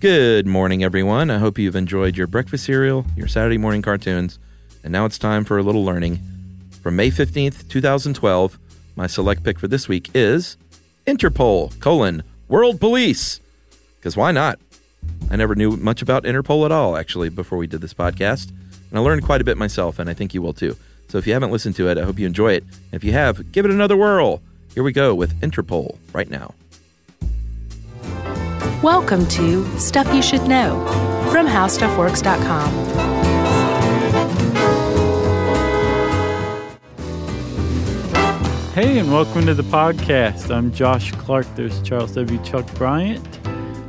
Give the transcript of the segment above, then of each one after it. Good morning, everyone. I hope you've enjoyed your breakfast cereal, your Saturday morning cartoons, and now it's time for a little learning. From May 15th, 2012, my select pick for this week is Interpol, colon, World Police. Because why not? I never knew much about Interpol at all, actually, before we did this podcast. And I learned quite a bit myself, and I think you will too. So if you haven't listened to it, I hope you enjoy it. If you have, give it another whirl. Here we go with Interpol right now. Welcome to Stuff You Should Know from HowStuffWorks.com. Hey, and welcome to the podcast. I'm Josh Clark. There's Charles W. Chuck Bryant.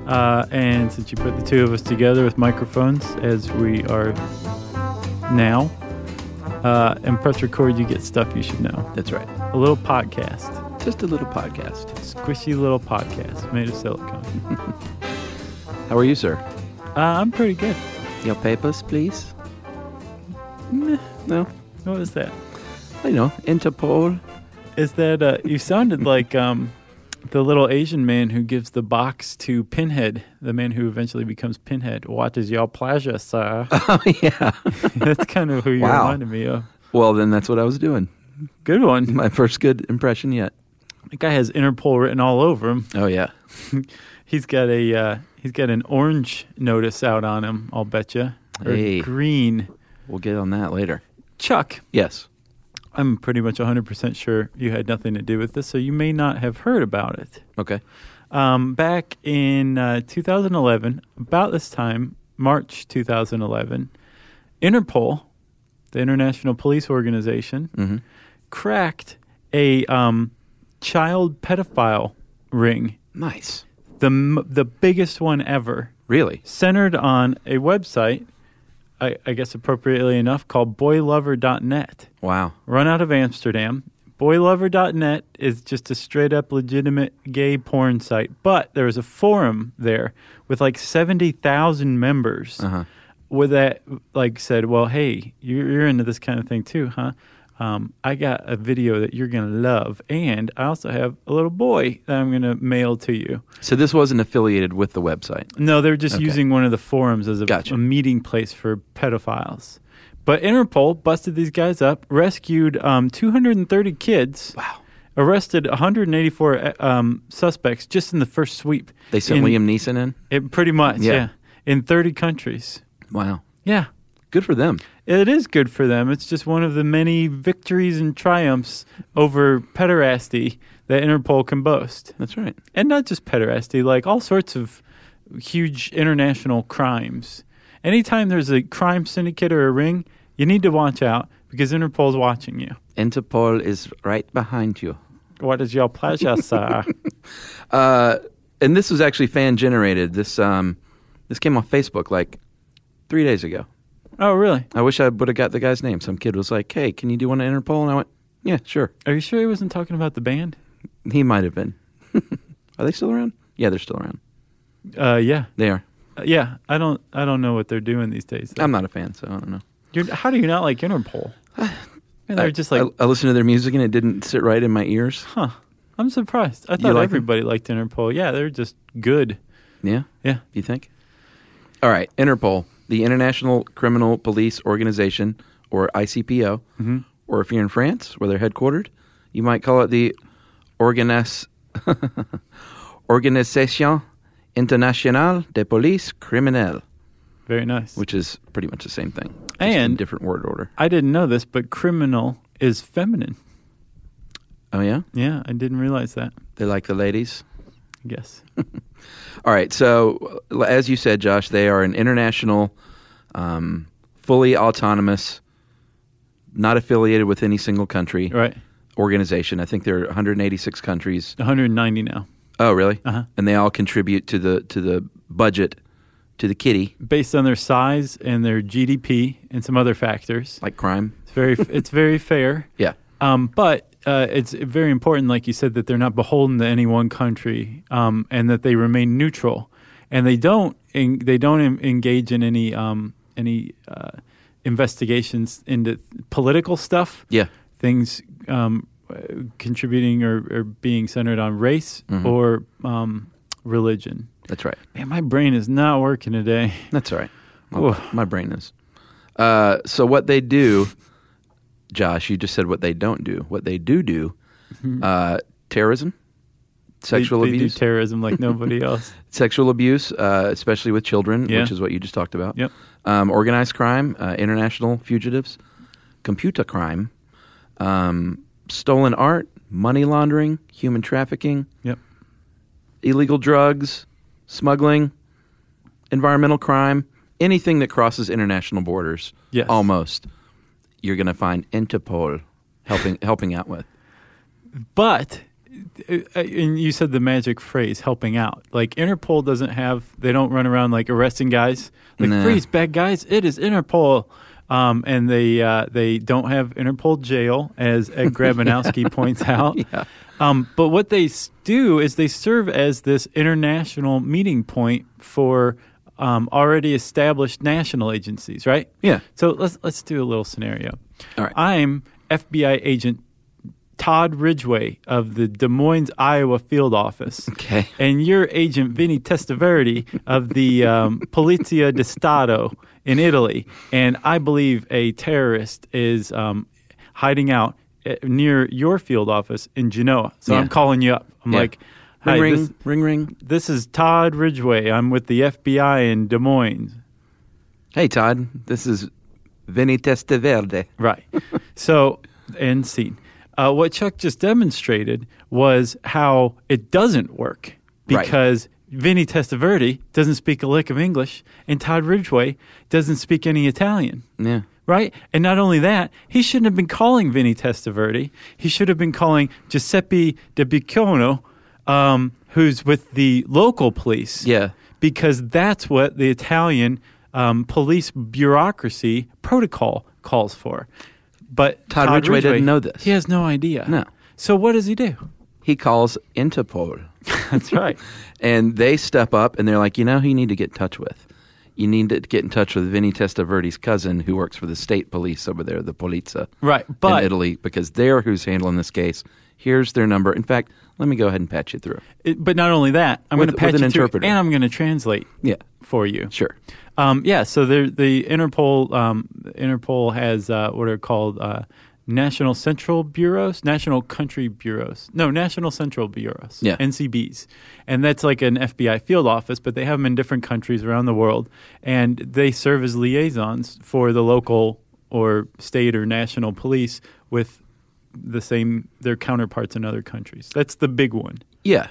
Uh, and since you put the two of us together with microphones, as we are now, uh, and press record, you get stuff you should know. That's right. A little podcast, Just a little podcast. squishy little podcast made of silicone. How are you, sir? Uh, I'm pretty good. Your papers, please. No, What was that? I know. Interpol. Is that uh, you sounded like um, the little Asian man who gives the box to Pinhead, the man who eventually becomes Pinhead. What is your pleasure, sir? Oh yeah. That's kind of who you Wow. reminded me of. Well, then that's what I was doing. Good one. My first good impression yet. The guy has Interpol written all over him. Oh yeah. He's got a uh, he's got an orange notice out on him. I'll bet you. Or Hey. green. We'll get on that later. Chuck, Yes. I'm pretty much 100% sure you had nothing to do with this, so you may not have heard about it. Okay. Um, back in uh, 2011, about this time, March 2011, Interpol, the International Police Organization, cracked a um, child pedophile ring, Nice. the m- the biggest one ever, Really? centered on a website, I, I guess appropriately enough, called BoyLover.net Wow. run out of Amsterdam. Boylover.net is just a straight up legitimate gay porn site, but there was a forum there with like 70,000 members Uh-huh. where that like said, "Well, hey, you're, you're into this kind of thing too, huh? Um, I got a video that you're going to love, and I also have a little boy that I'm going to mail to you." So this wasn't affiliated with the website. No, they were just using one of the forums as a, Gotcha. a meeting place for pedophiles. But Interpol busted these guys up, rescued um, 230 kids. Wow. Arrested 184 uh, um, suspects just in the first sweep. They sent in, Liam Neeson in. It, pretty much, yeah. Yeah. In 30 countries. Wow. Yeah. Good for them. It is good for them. It's just one of the many victories and triumphs over pederasty that Interpol can boast That's right. and not just pederasty, like all sorts of huge international crimes. Anytime there's a crime syndicate or a ring, you need to watch out because Interpol's watching you. Interpol is right behind you. What is your pleasure, sir? And this was actually fan generated. This um this came off Facebook like 3 days ago. oh, really? I wish I would have got the guy's name. Some kid was like, "Hey, can you do one at Interpol?" And I went, "Yeah, sure." Are you sure he wasn't talking about the band? He might have been. Are they still around? Yeah, they're still around. Uh, yeah, They are. Uh, yeah. I don't, I don't know what they're doing these days. though. I'm not a fan, so I don't know. You're, how do you not like Interpol? And they're just like, I, I listened to their music and it didn't sit right in my ears. huh? I'm surprised. I thought like 'em? everybody liked Interpol. Yeah, they're just good. Yeah, Yeah. you think? All right, Interpol, the International Criminal Police Organization, or ICPO, Mm-hmm. or if you're in France, where they're headquartered, you might call it the Organis- Organisation Internationale de Police Criminelle, Very nice. which is pretty much the same thing, just in And- different word order. I didn't know this, but criminal is feminine. Oh yeah, Yeah, I didn't realize that. they like the ladies. Yes. All right. So, l- as you said, Josh, they are an international, um, fully autonomous, not affiliated with any single country right. organization. I think there are 186 countries. 190 now. Oh, really? Uh-huh. And they all contribute to the to the budget, to the kitty, Based on their size and their GDP and some other factors. like crime. It's very it's very fair. Yeah. Um, but uh, it's very important, like you said, that they're not beholden to any one country, um, and that they remain neutral, and they don't en- they don't en- engage in any um, any uh, investigations into political stuff. Yeah. things um, uh, Mm-hmm. contributing or, or being centered on race or um, religion. That's right. Man, my brain is not working today. That's all right. Whew. My, my brain is. Uh, so what they do, Josh, you just said what they don't do. What they do do, uh, terrorism, Mm-hmm. They- sexual they, abuse, do terrorism like nobody else. sexual abuse, uh, especially with children, Yeah. which is what you just talked about. Yep. Um, organized crime, uh, international fugitives, computer crime, um, stolen art, money laundering, human trafficking, Yep. illegal drugs, smuggling, environmental crime, anything that crosses international borders. Yes. Almost. You're going to find Interpol helping helping out with. But uh, and you said the magic phrase helping out. Like Interpol doesn't have they don't run around like arresting guys. Like Nah. freeze bad guys, it is Interpol. Um, and they uh, they don't have Interpol jail, as Ed Grabanowski points out. Um, but what they s- do is they serve as this international meeting point for um, already established national agencies, right? Yeah. So let's let's do a little scenario. All right. I'm FBI agent Todd Ridgway of the Des Moines, Iowa field office. Okay. And you're agent Vinny Testaverde of the um, Polizia di Stato in Italy. And I believe a terrorist is um, hiding out eh, near your field office in Genoa. So Yeah. I'm calling you up. I'm Yeah. like, hi, Ring, ring, this- ring, ring. this is Todd Ridgway. I'm with the FBI in Des Moines. Hey, Todd. This is Vinny Testaverde. Right. so, end scene. Uh, what Chuck just demonstrated was how it doesn't work Right. because Vinny Testaverde doesn't speak a lick of English and Todd Ridgway doesn't speak any Italian. Yeah. Right? And not only that, he shouldn't have been calling Vinny Testaverde. He should have been calling Giuseppe De Biccono, um, who's with the local police Yeah. because that's what the Italian um, police bureaucracy protocol calls for. But Todd Ridgway didn't know this. He has no idea. No. So what does he do? He calls Interpol. That's right. And they step up and they're like, you know who you need to get in touch with? You need to get in touch with Vinny Testaverde's cousin who works for the state police over there, the Polizia. Right, but- in Italy, because they're who's handling this case. Here's their number. In fact, let me go ahead and patch you through. It- but not only that, I'm With- going to patch with an you through, interpreter. and I'm going to translate Yeah. for you. Sure. Um, yeah. So there, the Interpol um, Interpol has uh, what are called uh, national central bureaus, national country bureaus. No, national central bureaus. Yeah. NCBs, and that's like an FBI field office, but they have them in different countries around the world, and they serve as liaisons for the local or state or national police with the same their counterparts in other countries. That's the big one. Yeah.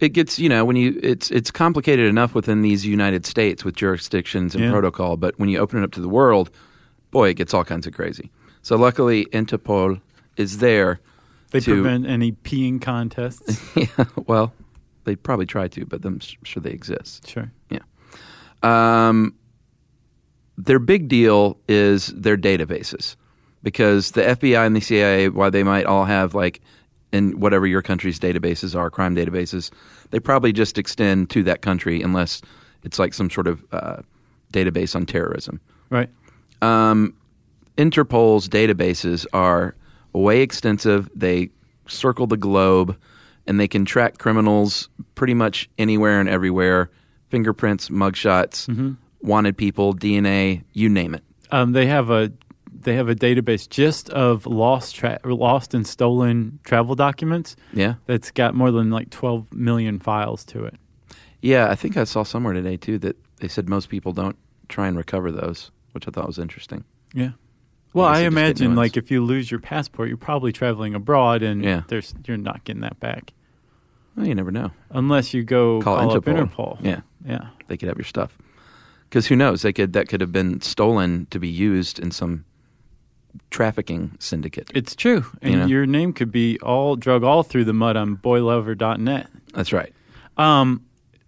It gets, you know, when you it's it's complicated enough within these United States with jurisdictions and Yeah. protocol, but when you open it up to the world, boy, it gets all kinds of crazy. So luckily Interpol is there They to prevent any peeing contests. Yeah, well, they probably try to, but I'm s- sure they exist. sure. Yeah. Um, their big deal is their databases because the FBI and the CIA, while they might all have like in whatever your country's databases are, crime databases, they probably just extend to that country unless it's like some sort of uh, database on terrorism. Right. Interpol's databases are way extensive. They circle the globe and they can track criminals pretty much anywhere and everywhere fingerprints, mugshots, Mm-hmm. wanted people, DNA, you name it. um, they have a they have a database just of lost tra- lost and stolen travel documents. Yeah. that's got more than like twelve million files to it. Yeah, I think I saw somewhere today too that they said most people don't try and recover those, which I thought was interesting. Yeah. Well, guess I they just get imagine new like ones. if you lose your passport, you're probably traveling abroad, and Yeah. there's you're not getting that back Well, you never know. unless you go Call call, up Interpol. Interpol. Yeah. yeah, They could have your stuff. Because who knows? They could that could have been stolen to be used in some trafficking syndicate. it's true. And You know? your name could be all drug all through the mud on boylover.net. That's right. Um,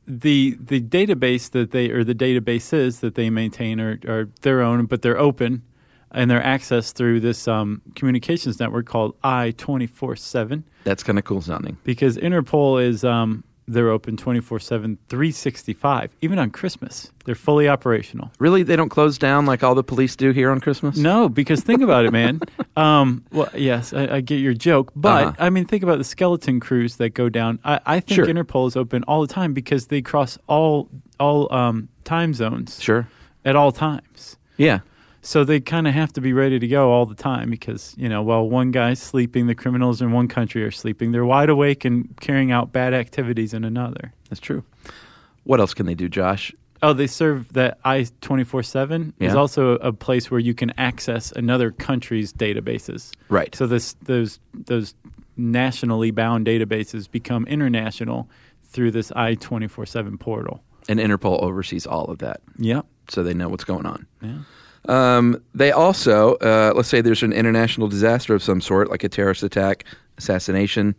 the the database that they or the databases that they maintain are, are their own, but they're open and they're accessed through this um, communications network called I twenty four seven That's kind of cool sounding. because Interpol is um, They're open 24 7, 365, even on Christmas. They're fully operational. Really, they don't close down like all the police do here on Christmas. No, because think about it, man. Um, well, yes, I, I get your joke, but Uh-huh. I mean, think about the skeleton crews that go down. I, I think Sure. Interpol is open all the time because they cross all all um, time zones Sure. at all times. Yeah. So they kind of have to be ready to go all the time because you know, while one guy's sleeping, the criminals in one country are sleeping. They're wide awake and carrying out bad activities in another. That's true. What else can they do, Josh? Oh, they serve that I twenty four seven is Yeah. also a place where you can access another country's databases. Right. So this those those nationally bound databases become international through this I twenty four seven portal. And Interpol oversees all of that, Yep. so they know what's going on. Yeah. Um, they also, uh, let's say there's an international disaster of some sort, like a terrorist attack, assassination.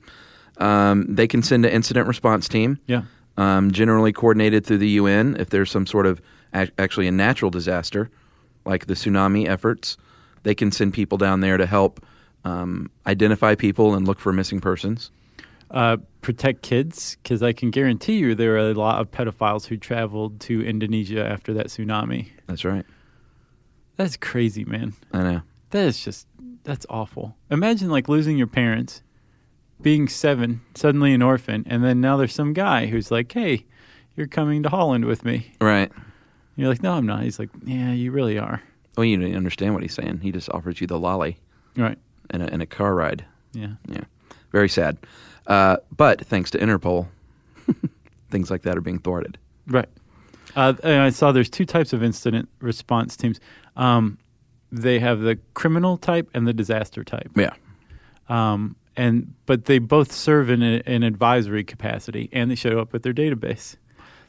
Um, they can send an incident response team. Yeah. Um, generally coordinated through the UN if there's some sort of ac actually a natural disaster, like the tsunami efforts. They can send people down there to help um, identify people and look for missing persons. Uh, protect kids because I can guarantee you there are a lot of pedophiles who traveled to Indonesia after that tsunami. That's right. That's crazy, man. I know. That is just that's awful. Imagine like losing your parents, being seven, suddenly an orphan, and then now there's some guy who's like, "Hey, you're coming to Holland with me." Right. And you're like, "No, I'm not." He's like, "Yeah, you really are." Well, you didn't understand what he's saying. He just offered you the lolly Right? and a, and a car ride. Yeah. Yeah, very sad. Uh, but thanks to Interpol, things like that are being thwarted. Right. Uh, and I saw there's two types of incident response teams. Um, they have the criminal type and the disaster type. Yeah, Um, and but they both serve in a, an advisory capacity, and they show up at their database.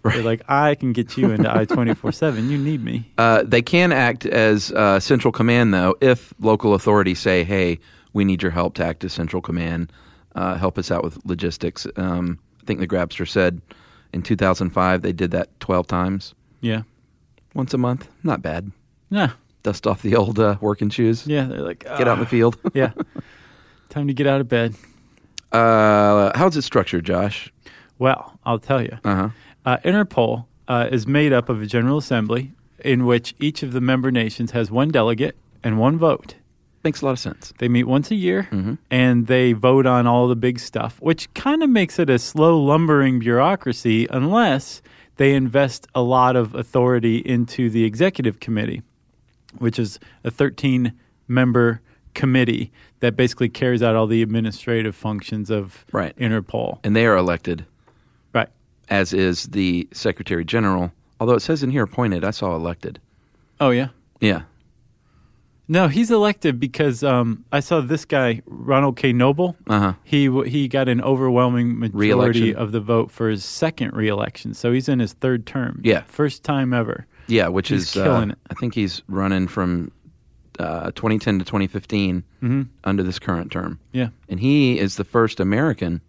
They're like, I can get you into I twenty four seven. You need me. uh, they can act as uh, central command though if local authorities say, "Hey, we need your help to act as central command. Uh, help us out with logistics." Um, I think the Grabster said in 2005 they did that 12 times, Yeah. once a month. Not bad. No. Dust off the old uh, working shoes. Yeah. They're like, Get out in the field. "Ah, yeah. Time to get out of bed. Uh, how's it structured, Josh? Well, I'll tell you. Uh huh. Uh, Interpol uh, is made up of a General Assembly in which each of the member nations has one delegate and one vote. Makes a lot of sense. They meet once a year and they vote on all the big stuff, which kind of makes it a slow, lumbering bureaucracy unless they invest a lot of authority into the executive committee, which is a 13 member committee that basically carries out all the administrative functions of Right. Interpol. And they are elected Right. as is the Secretary General. Although it says in here appointed, I saw elected. Oh, yeah. Yeah. No, he's elected because um, I saw this guy Ronald K. Noble. Uh-huh. He w- he got an overwhelming majority Re-election. of the vote for his second reelection, so he's in his third term. Yeah. first time ever. Yeah, which He's is killing uh, it. I think he's running from uh, 2010 to 2015 Mm-hmm. under this current term. Yeah, And he is the first American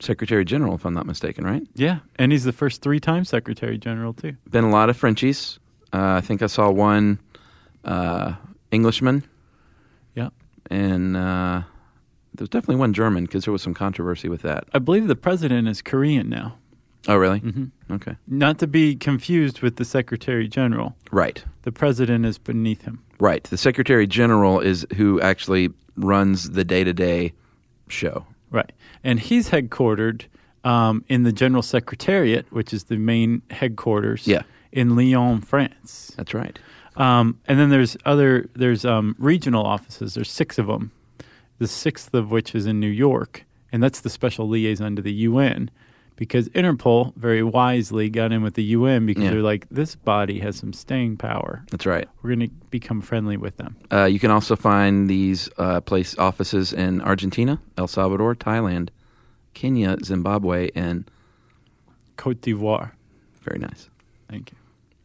Secretary General, if I'm not mistaken, right? yeah, and he's the first three-time Secretary General too. Been a lot of Frenchies. Uh, I think I saw one uh, Englishman, Yeah, and uh, there was definitely one German because there was some controversy with that. I believe the president is Korean now, Oh, really? Mm-hmm. Okay. not to be confused with the Secretary General. Right. The president is beneath him. Right. The Secretary General is who actually runs the day to day show. Right. And he's headquartered um, in the General Secretariat, which is the main headquarters Yeah. in Lyon, France. That's right. Um, and then there's other, there's um, regional offices. There's six of them, the sixth of which is in New York. And that's the special liaison to the UN because Interpol very wisely got in with the UN because Yeah. they're like, this body has some staying power. That's right. We're going to become friendly with them. Uh, you can also find these uh, place offices in Argentina, El Salvador, Thailand, Kenya, Zimbabwe, and Cote d'Ivoire. very nice. Thank you.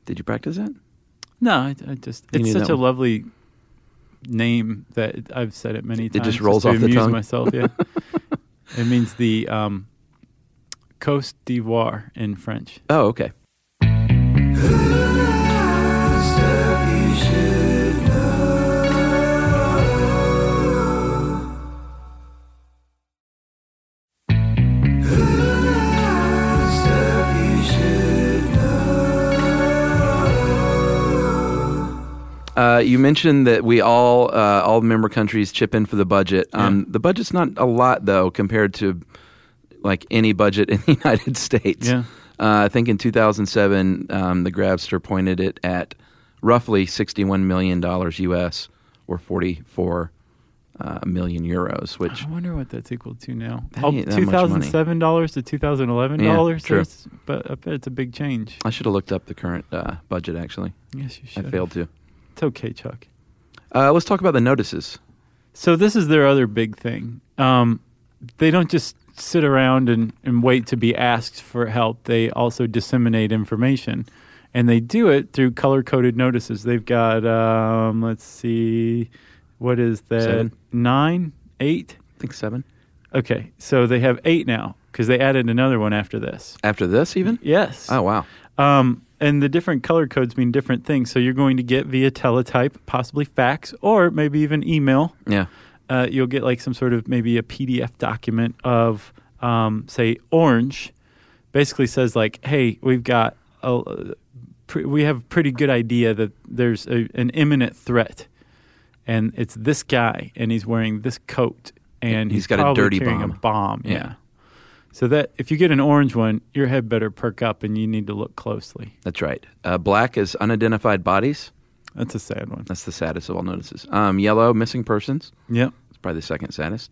Did you practice that? No, I, I just You it's knew such that a one. lovely name that it- I've said it many just times. rolls to off the amuse tongue. myself. Yeah, it means the um, Côte d'Ivoire in French. Oh, okay. Uh, you mentioned that we all uh, all member countries chip in for the budget. Um, The budget's not a lot though compared to like any budget in the United States. Yeah. Uh, I think in 2007, um, the Grabster pointed it at roughly 61 million dollars U.S. or 44 uh, million euros, which I wonder what that's equal to now. That Oh, ain't that much money. $2007 to $2011. Yeah, true. That's- But I bet it's a big change. I should have looked up the current uh, budget. Actually, Yes, you should. I failed to. It's okay, Chuck. Uh, let's talk about the notices. So this is their other big thing. Um, they don't just sit around and, and wait to be asked for help. They also disseminate information, and they do it through color coded notices. They've got um, let's see, what is that? Seven. Nine, eight. I think seven Okay, so they have eight now because they added another one after this. after this, even. Yes. Oh wow. Um, and the different color codes mean different things. So you're going to get via teletype, possibly fax, or maybe even email Yeah. uh, you'll get like some sort of maybe a PDF document of, um, say, orange. Basically says like, hey, we've got a, pre- we have a pretty good idea that there's a, an imminent threat, and it's this guy, and he's wearing this coat, and He's he's, got a probably dirty carrying bomb. a bomb. Yeah. Yeah. So that if you get an orange one, your head better perk up, and you need to look closely. That's right. Uh, black is unidentified bodies. That's a sad one. That's the saddest of all notices. Um, yellow, missing persons. Yep. It's probably the second saddest.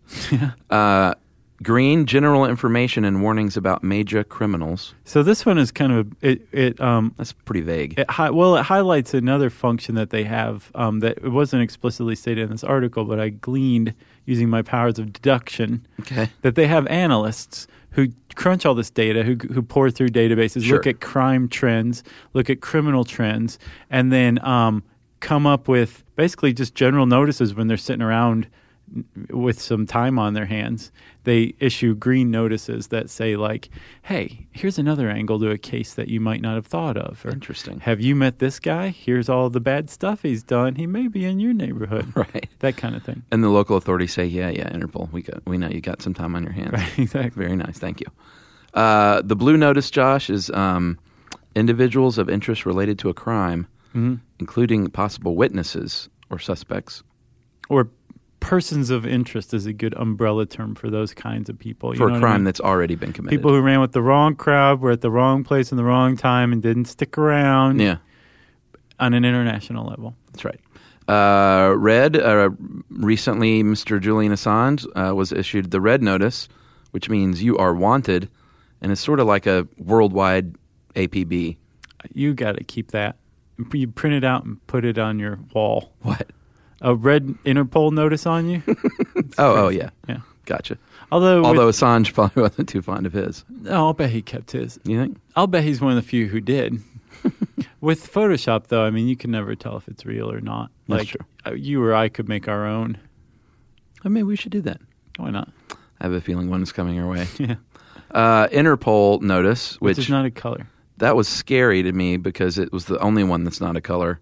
Uh, green, general information and warnings about major criminals. So this one is kind of a, it. It um, That's pretty vague. It hi- well, it highlights another function that they have um, that it wasn't explicitly stated in this article, but I gleaned using my powers of deduction Okay. that they have analysts who crunch all this data, who, who pour through databases, Sure. look at crime trends, look at criminal trends, and then um, come up with basically just general notices when they're sitting around n- with some time on their hands. They issue green notices that say, like, hey, here's another angle to a case that you might not have thought of. Or, Interesting. Have you met this guy? Here's all the bad stuff he's done. He may be in your neighborhood. Right. That kind of thing. And the local authorities say, "Yeah, yeah, Interpol. We got, we know you got some time on your hands. exactly. Very nice. Thank you." Uh, the blue notice, Josh, is um, individuals of interest related to a crime, Mm-hmm. including possible witnesses or suspects. or persons of interest is a good umbrella term for those kinds of people. You for know a what I crime mean? that's already been committed. people who ran with the wrong crowd were at the wrong place in the wrong time and didn't stick around yeah, on an international level. that's right. Uh, red. Uh, recently, Mr. Julian Assange uh, was issued the red notice, which means you are wanted, and it's sort of like a worldwide APB. You got to keep that. You print it out and put it on your wall. What? A red Interpol notice on you. Oh, oh yeah, yeah. gotcha. Although, with- Although Assange probably wasn't too fond of his. oh, I'll bet he kept his. You think? I'll bet he's one of the few who did. with Photoshop, though, I mean, you can never tell if it's real or not. That's Like true. uh, you or I could make our own. I mean, we should do that. Why not? I have a feeling one is coming our way. Yeah. Uh, Interpol notice, Which which is not a color. that was scary to me because it was the only one that's not a color,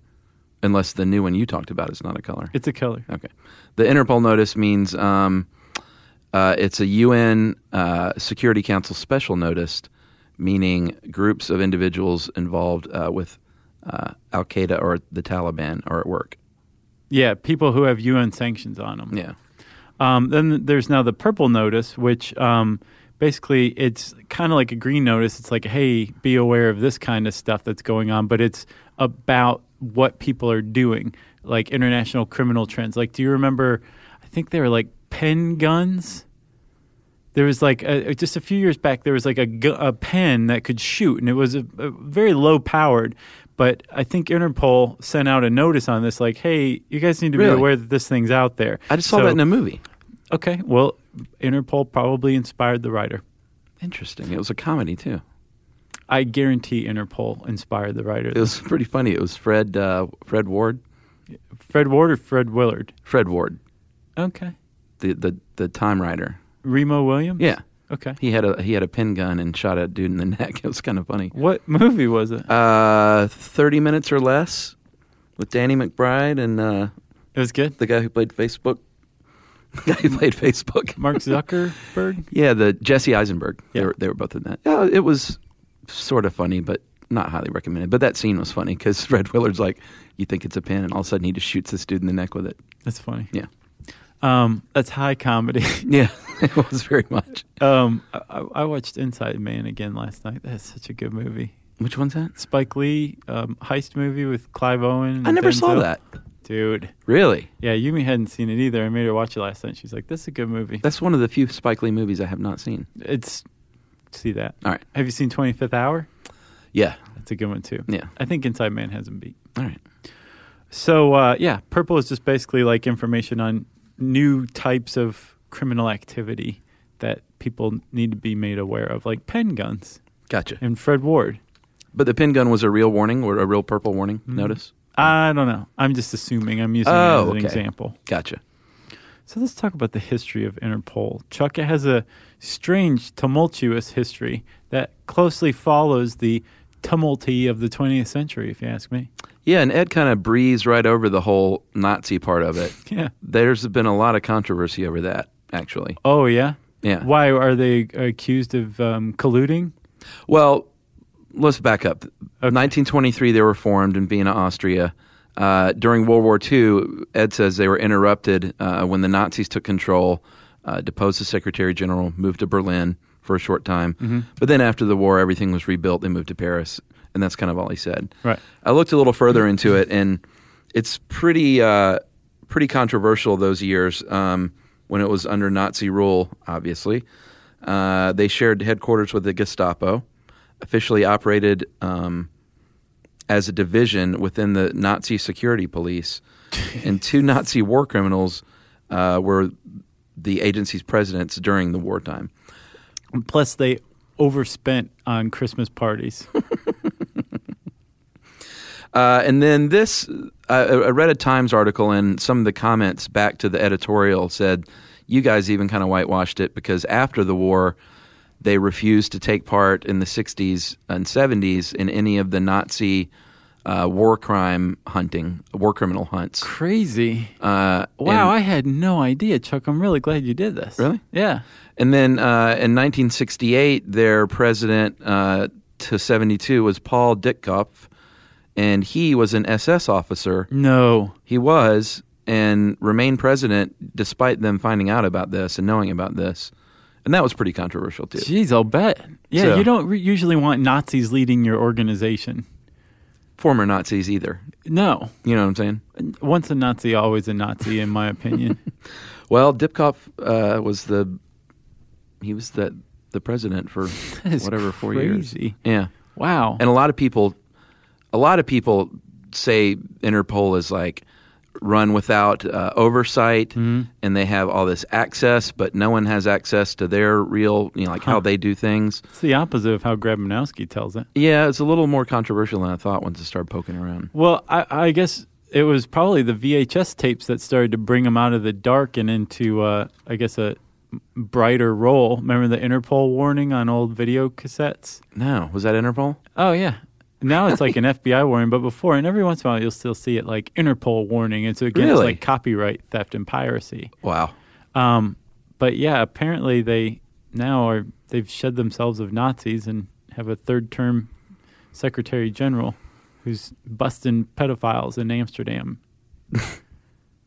unless the new one you talked about is not a color. It's a color. Okay. The Interpol notice means um, uh, it's a UN uh, Security Council special notice, meaning groups of individuals involved uh, with uh, Al Qaeda or the Taliban are at work. Yeah, people who have UN sanctions on them. Yeah. Um, then there's now the purple notice, which um, basically it's kind of like a green notice. It's like, hey, be aware of this kind of stuff that's going on, but it's about what people are doing, like international criminal trends. Like, do you remember? I think they were like pen guns. There was like a, uh, just a few years back, there was like a, gu- a pen that could shoot, and it was a, a very low powered. But I think Interpol sent out a notice on this, like, "Hey, you guys need to Really? be aware that this thing's out there." I just saw So- that in a movie. Okay. Well, Interpol probably inspired the writer. Interesting. It was a comedy, too. I guarantee Interpol inspired the writer. It was pretty funny. It was Fred, uh, Fred Ward. Fred Ward or Fred Willard? Fred Ward, Okay. the, the, the time writer. Remo Williams? Yeah. Okay. He had a he had a pin gun and shot a dude in the neck. It was kind of funny. What movie was it? Uh, thirty minutes or less with Danny McBride and uh, It was good. the guy who played Facebook. The guy who played Facebook. Mark Zuckerberg? Yeah, the Jesse Eisenberg. They, Yeah. were, they were both in that. Yeah, it was sort of funny, but not highly recommended, but that scene was funny because Fred Willard's like, you think it's a pen, and all of a sudden he just shoots this dude in the neck with it. That's funny. Yeah. Um, that's high comedy. Yeah, it was very much. um, I, I- I watched Inside Man again last night. That's such a good movie. Which one's that? Spike Lee um, heist movie with Clive Owen. and I never saw Denzel. that. dude. Really? Yeah, Yumi hadn't seen it either. I made her watch it last night. She's like, "This is a good movie." That's one of the few Spike Lee movies I have not seen. It's see that. All right. Have you seen Twenty Fifth Hour? Yeah. That's a good one too. Yeah. I think Inside Man has him beat. All right. So uh, yeah, Purple is just basically like information on new types of criminal activity that people need to be made aware of, like pen guns Gotcha. and Fred Ward. But the pin gun was a real warning or a real purple warning notice? I don't know. I'm just assuming. I'm using Oh, it as an okay. example. Gotcha. So let's talk about the history of Interpol. Chuck, it has a strange, tumultuous history that closely follows the tumulty of the 20th century, if you ask me. Yeah, and Ed kind of breezed right over the whole Nazi part of it. Yeah. There's been a lot of controversy over that, actually. Oh, yeah? Yeah. Why are they accused of um, colluding? Well, let's back up. 1923, they were formed in Vienna, Austria. Uh, during World War II, Ed says they were interrupted uh, when the Nazis took control, uh, deposed the Secretary General, moved to Berlin for a short time. But then after the war, everything was rebuilt. They moved to Paris. And that's kind of all he said. Right. I looked a little further into it, and it's pretty uh, pretty controversial those years um, when it was under Nazi rule. Obviously, uh, they shared headquarters with the Gestapo, officially operated um, as a division within the Nazi security police, and two Nazi war criminals uh, were the agency's presidents during the wartime. Plus, they overspent on Christmas parties. Uh, and then this, I I read a Times article, and some of the comments back to the editorial said, you guys even kind of whitewashed it because after the war, they refused to take part in the 60s and 70s in any of the Nazi uh, war crime hunting, war criminal hunts. Crazy. Uh, wow, and- I had no idea, Chuck. I'm really glad you did this. Really? Yeah. And then uh, in 1968, their president uh, to 72 was Paul Ditkopf, and he was an SS officer. No. He was and remained president despite them finding out about this and knowing about this. And that was pretty controversial too. Jeez, I'll bet. Yeah, So- you don't re- usually want Nazis leading your organization. Former Nazis either. No. You know what I'm saying? Once a Nazi, always a Nazi, in my opinion. Well, Dipkopf uh, was the he was the the president for That is whatever four years. crazy. Yeah. Wow. And a lot of people a lot of people say Interpol is like run without uh, oversight and they have all this access but no one has access to their real you know like how they do things it's the opposite of how Grabanowski tells it. Yeah, it's a little more controversial than I thought once it started poking around. Well, I, I guess it was probably the VHS tapes that started to bring them out of the dark and into, uh, I guess, a brighter role. Remember the Interpol warning on old video cassettes? No, was that Interpol? Oh yeah. Now it's like an FBI warning, but before and every once in a while you'll still see it like Interpol warning. And so again, it's Really? like copyright theft and piracy. Wow. Um, but yeah, apparently they now are they've shed themselves of Nazis and have a third term secretary general who's busting pedophiles in Amsterdam.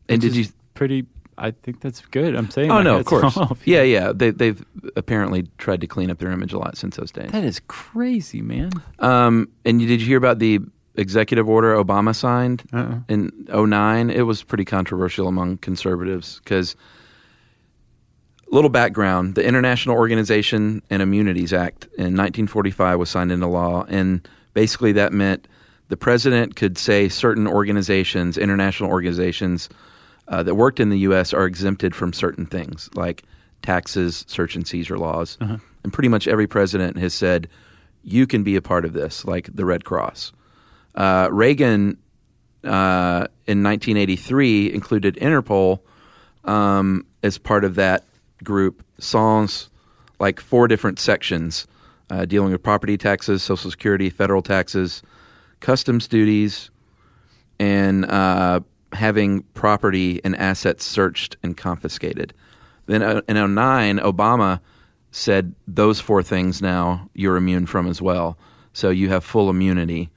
And did you? Which is pretty? I think that's good. I'm saying. Oh like, no, of that's course. off. Yeah, yeah. They, they've apparently tried to clean up their image a lot since those days. that is crazy, man. Um, and you, did you hear about the executive order Obama signed Uh-uh. in 09? It was pretty controversial among conservatives because. Little background: The International Organization and Immunities Act in 1945 was signed into law, and basically that meant the president could say certain organizations, international organizations uh, that worked in the U.S., are exempted from certain things like taxes, search and seizure laws, and pretty much every president has said you can be a part of this, like the Red Cross. Uh, Reagan uh, in 1983 included Interpol um, as part of that group. Sans, like four different sections uh, dealing with property taxes, Social Security, federal taxes, customs duties, and uh, having property and assets searched and confiscated. Then uh, in 09, Obama said those four things now you're immune from as well. So you have full immunity,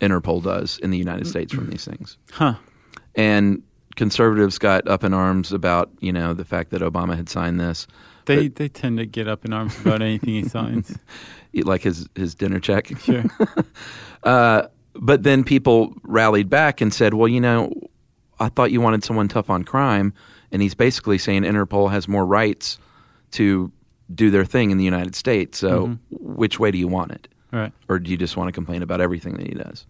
Interpol does in the United States from these things. Mm-hmm. Huh. And conservatives got up in arms about, you know, the fact that Obama had signed this, They they tend to get up in arms about anything he signs. like his, his dinner check. Sure. but then people rallied back and said, "Well, you know, I thought you wanted someone tough on crime," and he's basically saying Interpol has more rights to do their thing in the United States. So, which way do you want it? Right. Or do you just want to complain about everything that he does?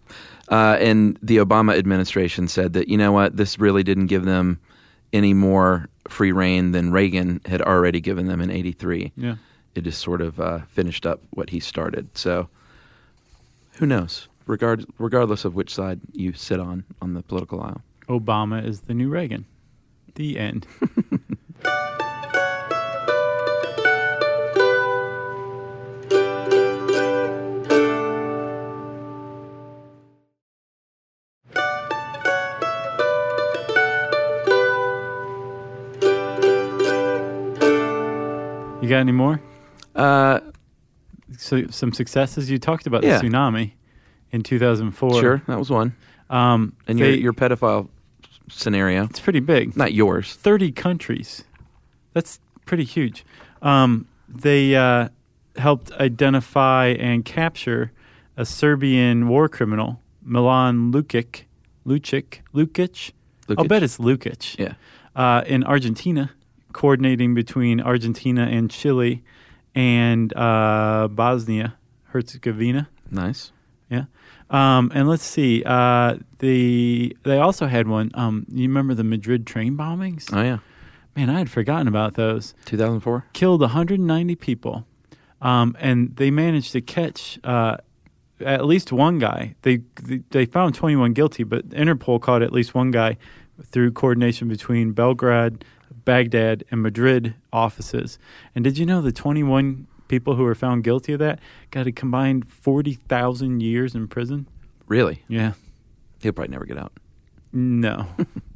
Uh, and the Obama administration said that you know what, this really didn't give them any more free reign than Reagan had already given them in '83. Yeah. It just sort of uh, finished up what he started. So who knows? Regard, regardless of which side you sit on on the political aisle. Obama is the new Reagan. The end. You got any more? Uh, So some successes you talked about Yeah. the tsunami in 2004. sure, that was one. Um, And they- your your pedophile scenario, it's pretty big. not yours. 30 countries. That's pretty huge. Um, they uh, helped identify and capture a Serbian war criminal, Milan Lukic. Lucic? Lukic? I'll Lukic. bet it's Lukic. Yeah, Uh, in Argentina, coordinating between Argentina and Chile and uh, Bosnia, Herzegovina. nice. Yeah. Um, and let's see. Uh, the they also had one. Um, you remember the Madrid train bombings? Oh yeah, Man, I had forgotten about those. 2004. Killed 190 people, um, and they managed to catch uh, at least one guy. They they found 21 guilty, but Interpol caught at least one guy through coordination between Belgrade, Baghdad, and Madrid offices. And did you know the 21 people who were found guilty of that got a combined 40,000 years in prison? Really? Yeah. He'll probably never get out. No.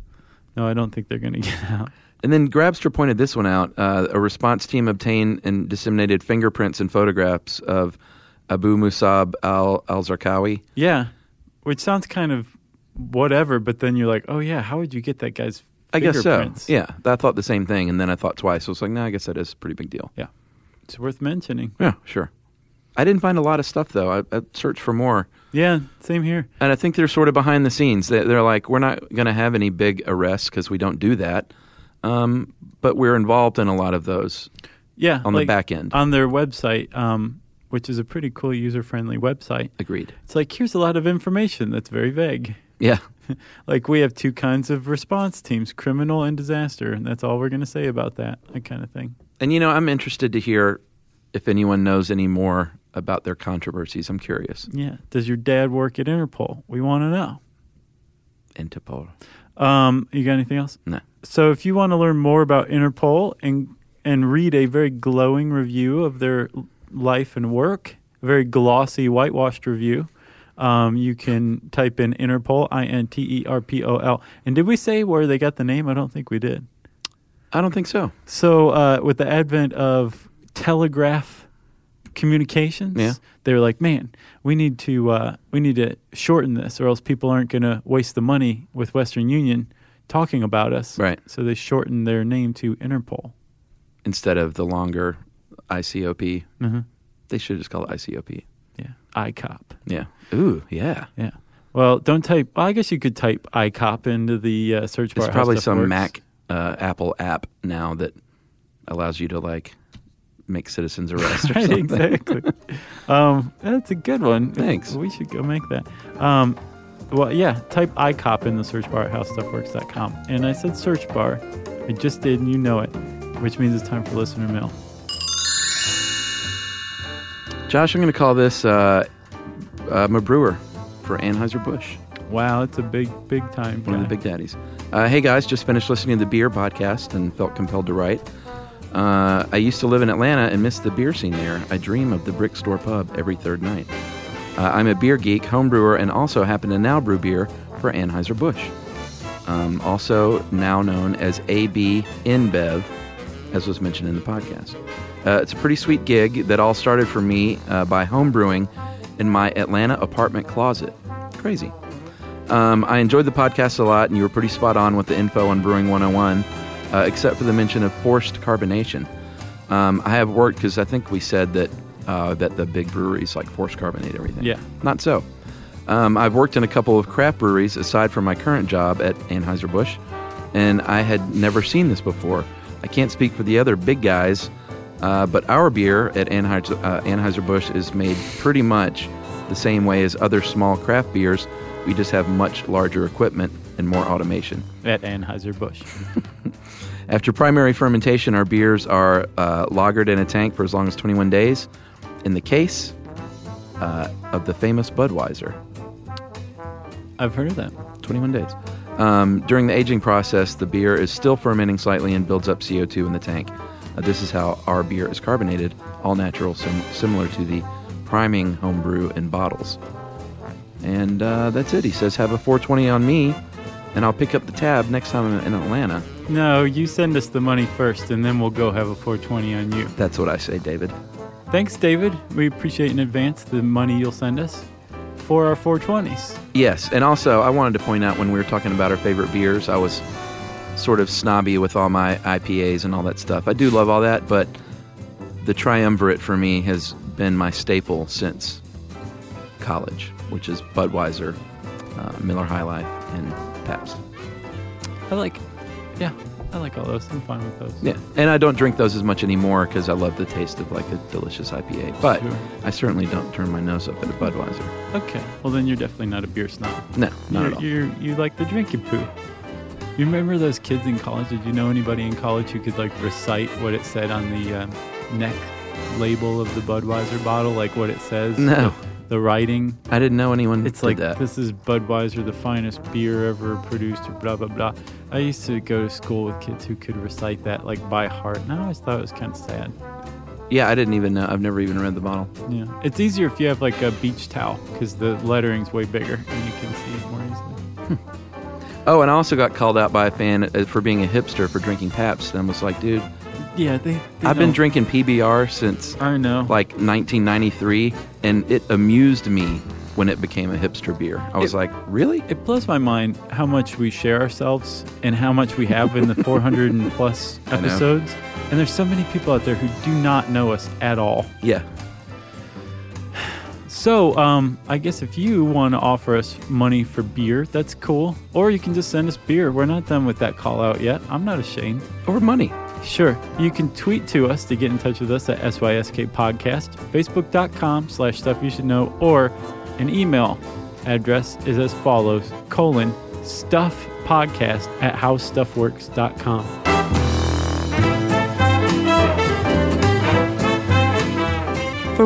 no, I don't think they're going to get out. And then Grabster pointed this one out. Uh, a response team obtained and disseminated fingerprints and photographs of Abu Musab al al Zarqawi. Yeah, which sounds kind of whatever, but then you're like, oh yeah, how would you get that guy's? I guess so. fingerprints? Yeah, I thought the same thing, and then I thought twice. I was like, no, I guess that is a pretty big deal. yeah, it's worth mentioning. Yeah, sure. I didn't find a lot of stuff though. I, I searched for more, Yeah, same here. and I think they're sort of behind the scenes. They, they're like, we're not going to have any big arrests because we don't do that, um, but we're involved in a lot of those. Yeah, On the like, back end. on their website, um, which is a pretty cool user-friendly website. Agreed. It's like here's a lot of information that's very vague. Yeah, Like we have two kinds of response teams: criminal and disaster, and that's all we're going to say about that. That kind of thing. and you know, I'm interested to hear if anyone knows any more about their controversies. I'm curious. Yeah. Does your dad work at Interpol? We want to know. Interpol. Um, you got anything else? No. So if you want to learn more about Interpol and and read a very glowing review of their l- life and work, a very glossy, whitewashed review, um, you can type in Interpol, I N T E R P O L. And did we say where they got the name? I don't think we did. I don't think so. So uh, with the advent of telegraph communications, Yeah. they were like, "Man, we need to uh, we need to shorten this, or else people aren't going to waste the money with Western Union talking about us." Right. So they shortened their name to Interpol. Instead of the longer ICOP, Mm-hmm. they should just call it ICOP. Yeah, ICOP. Yeah. Ooh, yeah. Yeah. Well, don't type. Well, I guess you could type ICOP into the uh, search bar. It's how probably stuff some works. Mac, uh, Apple app now that allows you to like make citizens arrest or Right, something. exactly. um, that's a good one. Thanks. We should go make that. Um, well, yeah, type ICOP in the search bar at howstuffworks.com. And I said search bar. I just did, and you know it, which means it's time for listener mail. Josh, I'm going to call this uh, uh, i brewer for Anheuser Busch, Wow, it's a big, big time. one of the guy. big daddies. Uh, hey guys, just finished listening to the beer podcast and felt compelled to write. Uh, I used to live in Atlanta and missed the beer scene there. I dream of the brick store pub every third night. Uh, I'm a beer geek, home brewer, and also happen to now brew beer for Anheuser Busch. um, also now known as AB InBev, as was mentioned in the podcast. Uh, it's a pretty sweet gig that all started for me uh, by homebrewing in my Atlanta apartment closet. Crazy. Um, I enjoyed the podcast a lot, and you were pretty spot on with the info on Brewing 101, uh, except for the mention of forced carbonation. Um, I have worked because I think we said that uh, that the big breweries like forced carbonate everything. Yeah. Not so. Um, I've worked in a couple of craft breweries aside from my current job at Anheuser-Busch, and I had never seen this before. I can't speak for the other big guys, uh, but our beer at Anheuser, uh, Anheuser-Busch is made pretty much the same way as other small craft beers. We just have much larger equipment and more automation. at Anheuser-Busch. After primary fermentation, our beers are uh, lagered in a tank for as long as 21 days. In the case uh, of the famous Budweiser, I've heard of that. 21 days. Um, during the aging process, the beer is still fermenting slightly and builds up CO2 in the tank. Uh, this is how our beer is carbonated, all natural, sim- similar to the priming homebrew in bottles. And uh, that's it. He says, Have a 420 on me, and I'll pick up the tab next time I'm in Atlanta. No, you send us the money first, and then we'll go have a 420 on you. That's what I say, David. Thanks, David. We appreciate in advance the money you'll send us for our 420s. Yes, and also I wanted to point out when we were talking about our favorite beers, I was sort of snobby with all my IPAs and all that stuff. I do love all that, but the triumvirate for me has been my staple since college, which is Budweiser, uh, Miller High Life, and Pabst. I like, yeah, I like all those. I'm fine with those. Yeah, and I don't drink those as much anymore because I love the taste of like a delicious IPA. But Sure. I certainly don't turn my nose up at a Budweiser. Okay. Well, then you're definitely not a beer snob. No, not you at all. you you like the drinking poo. You remember those kids in college? Did you know anybody in college who could like recite what it said on the um, neck label of the Budweiser bottle, like what it says? No. The, the writing. I didn't know anyone. It's did like that. this is Budweiser, the finest beer ever produced. or Blah blah blah. I used to go to school with kids who could recite that like by heart, and I always thought it was kind of sad. Yeah, I didn't even know. I've never even read the bottle. Yeah, it's easier if you have like a beach towel because the lettering's way bigger and you can see it more easily. Oh, and I also got called out by a fan uh, for being a hipster for drinking Pabst. And I was like, dude, Yeah, they. they I've been don't- drinking PBR since I know. like 1993, and it amused me when it became a hipster beer. I was It- like, really? It blows my mind how much we share ourselves and how much we have in the 400 and plus know. episodes. And there's so many people out there who do not know us at all. Yeah. So, um, I guess if you want to offer us money for beer, that's cool. Or you can just send us beer. We're not done with that call out yet. I'm not ashamed. Or money. Sure. You can tweet to us to get in touch with us at SYSK Podcast, Facebook.com slash stuff you should know, or an email address is as follows colon stuff podcast at howstuffworks.com. For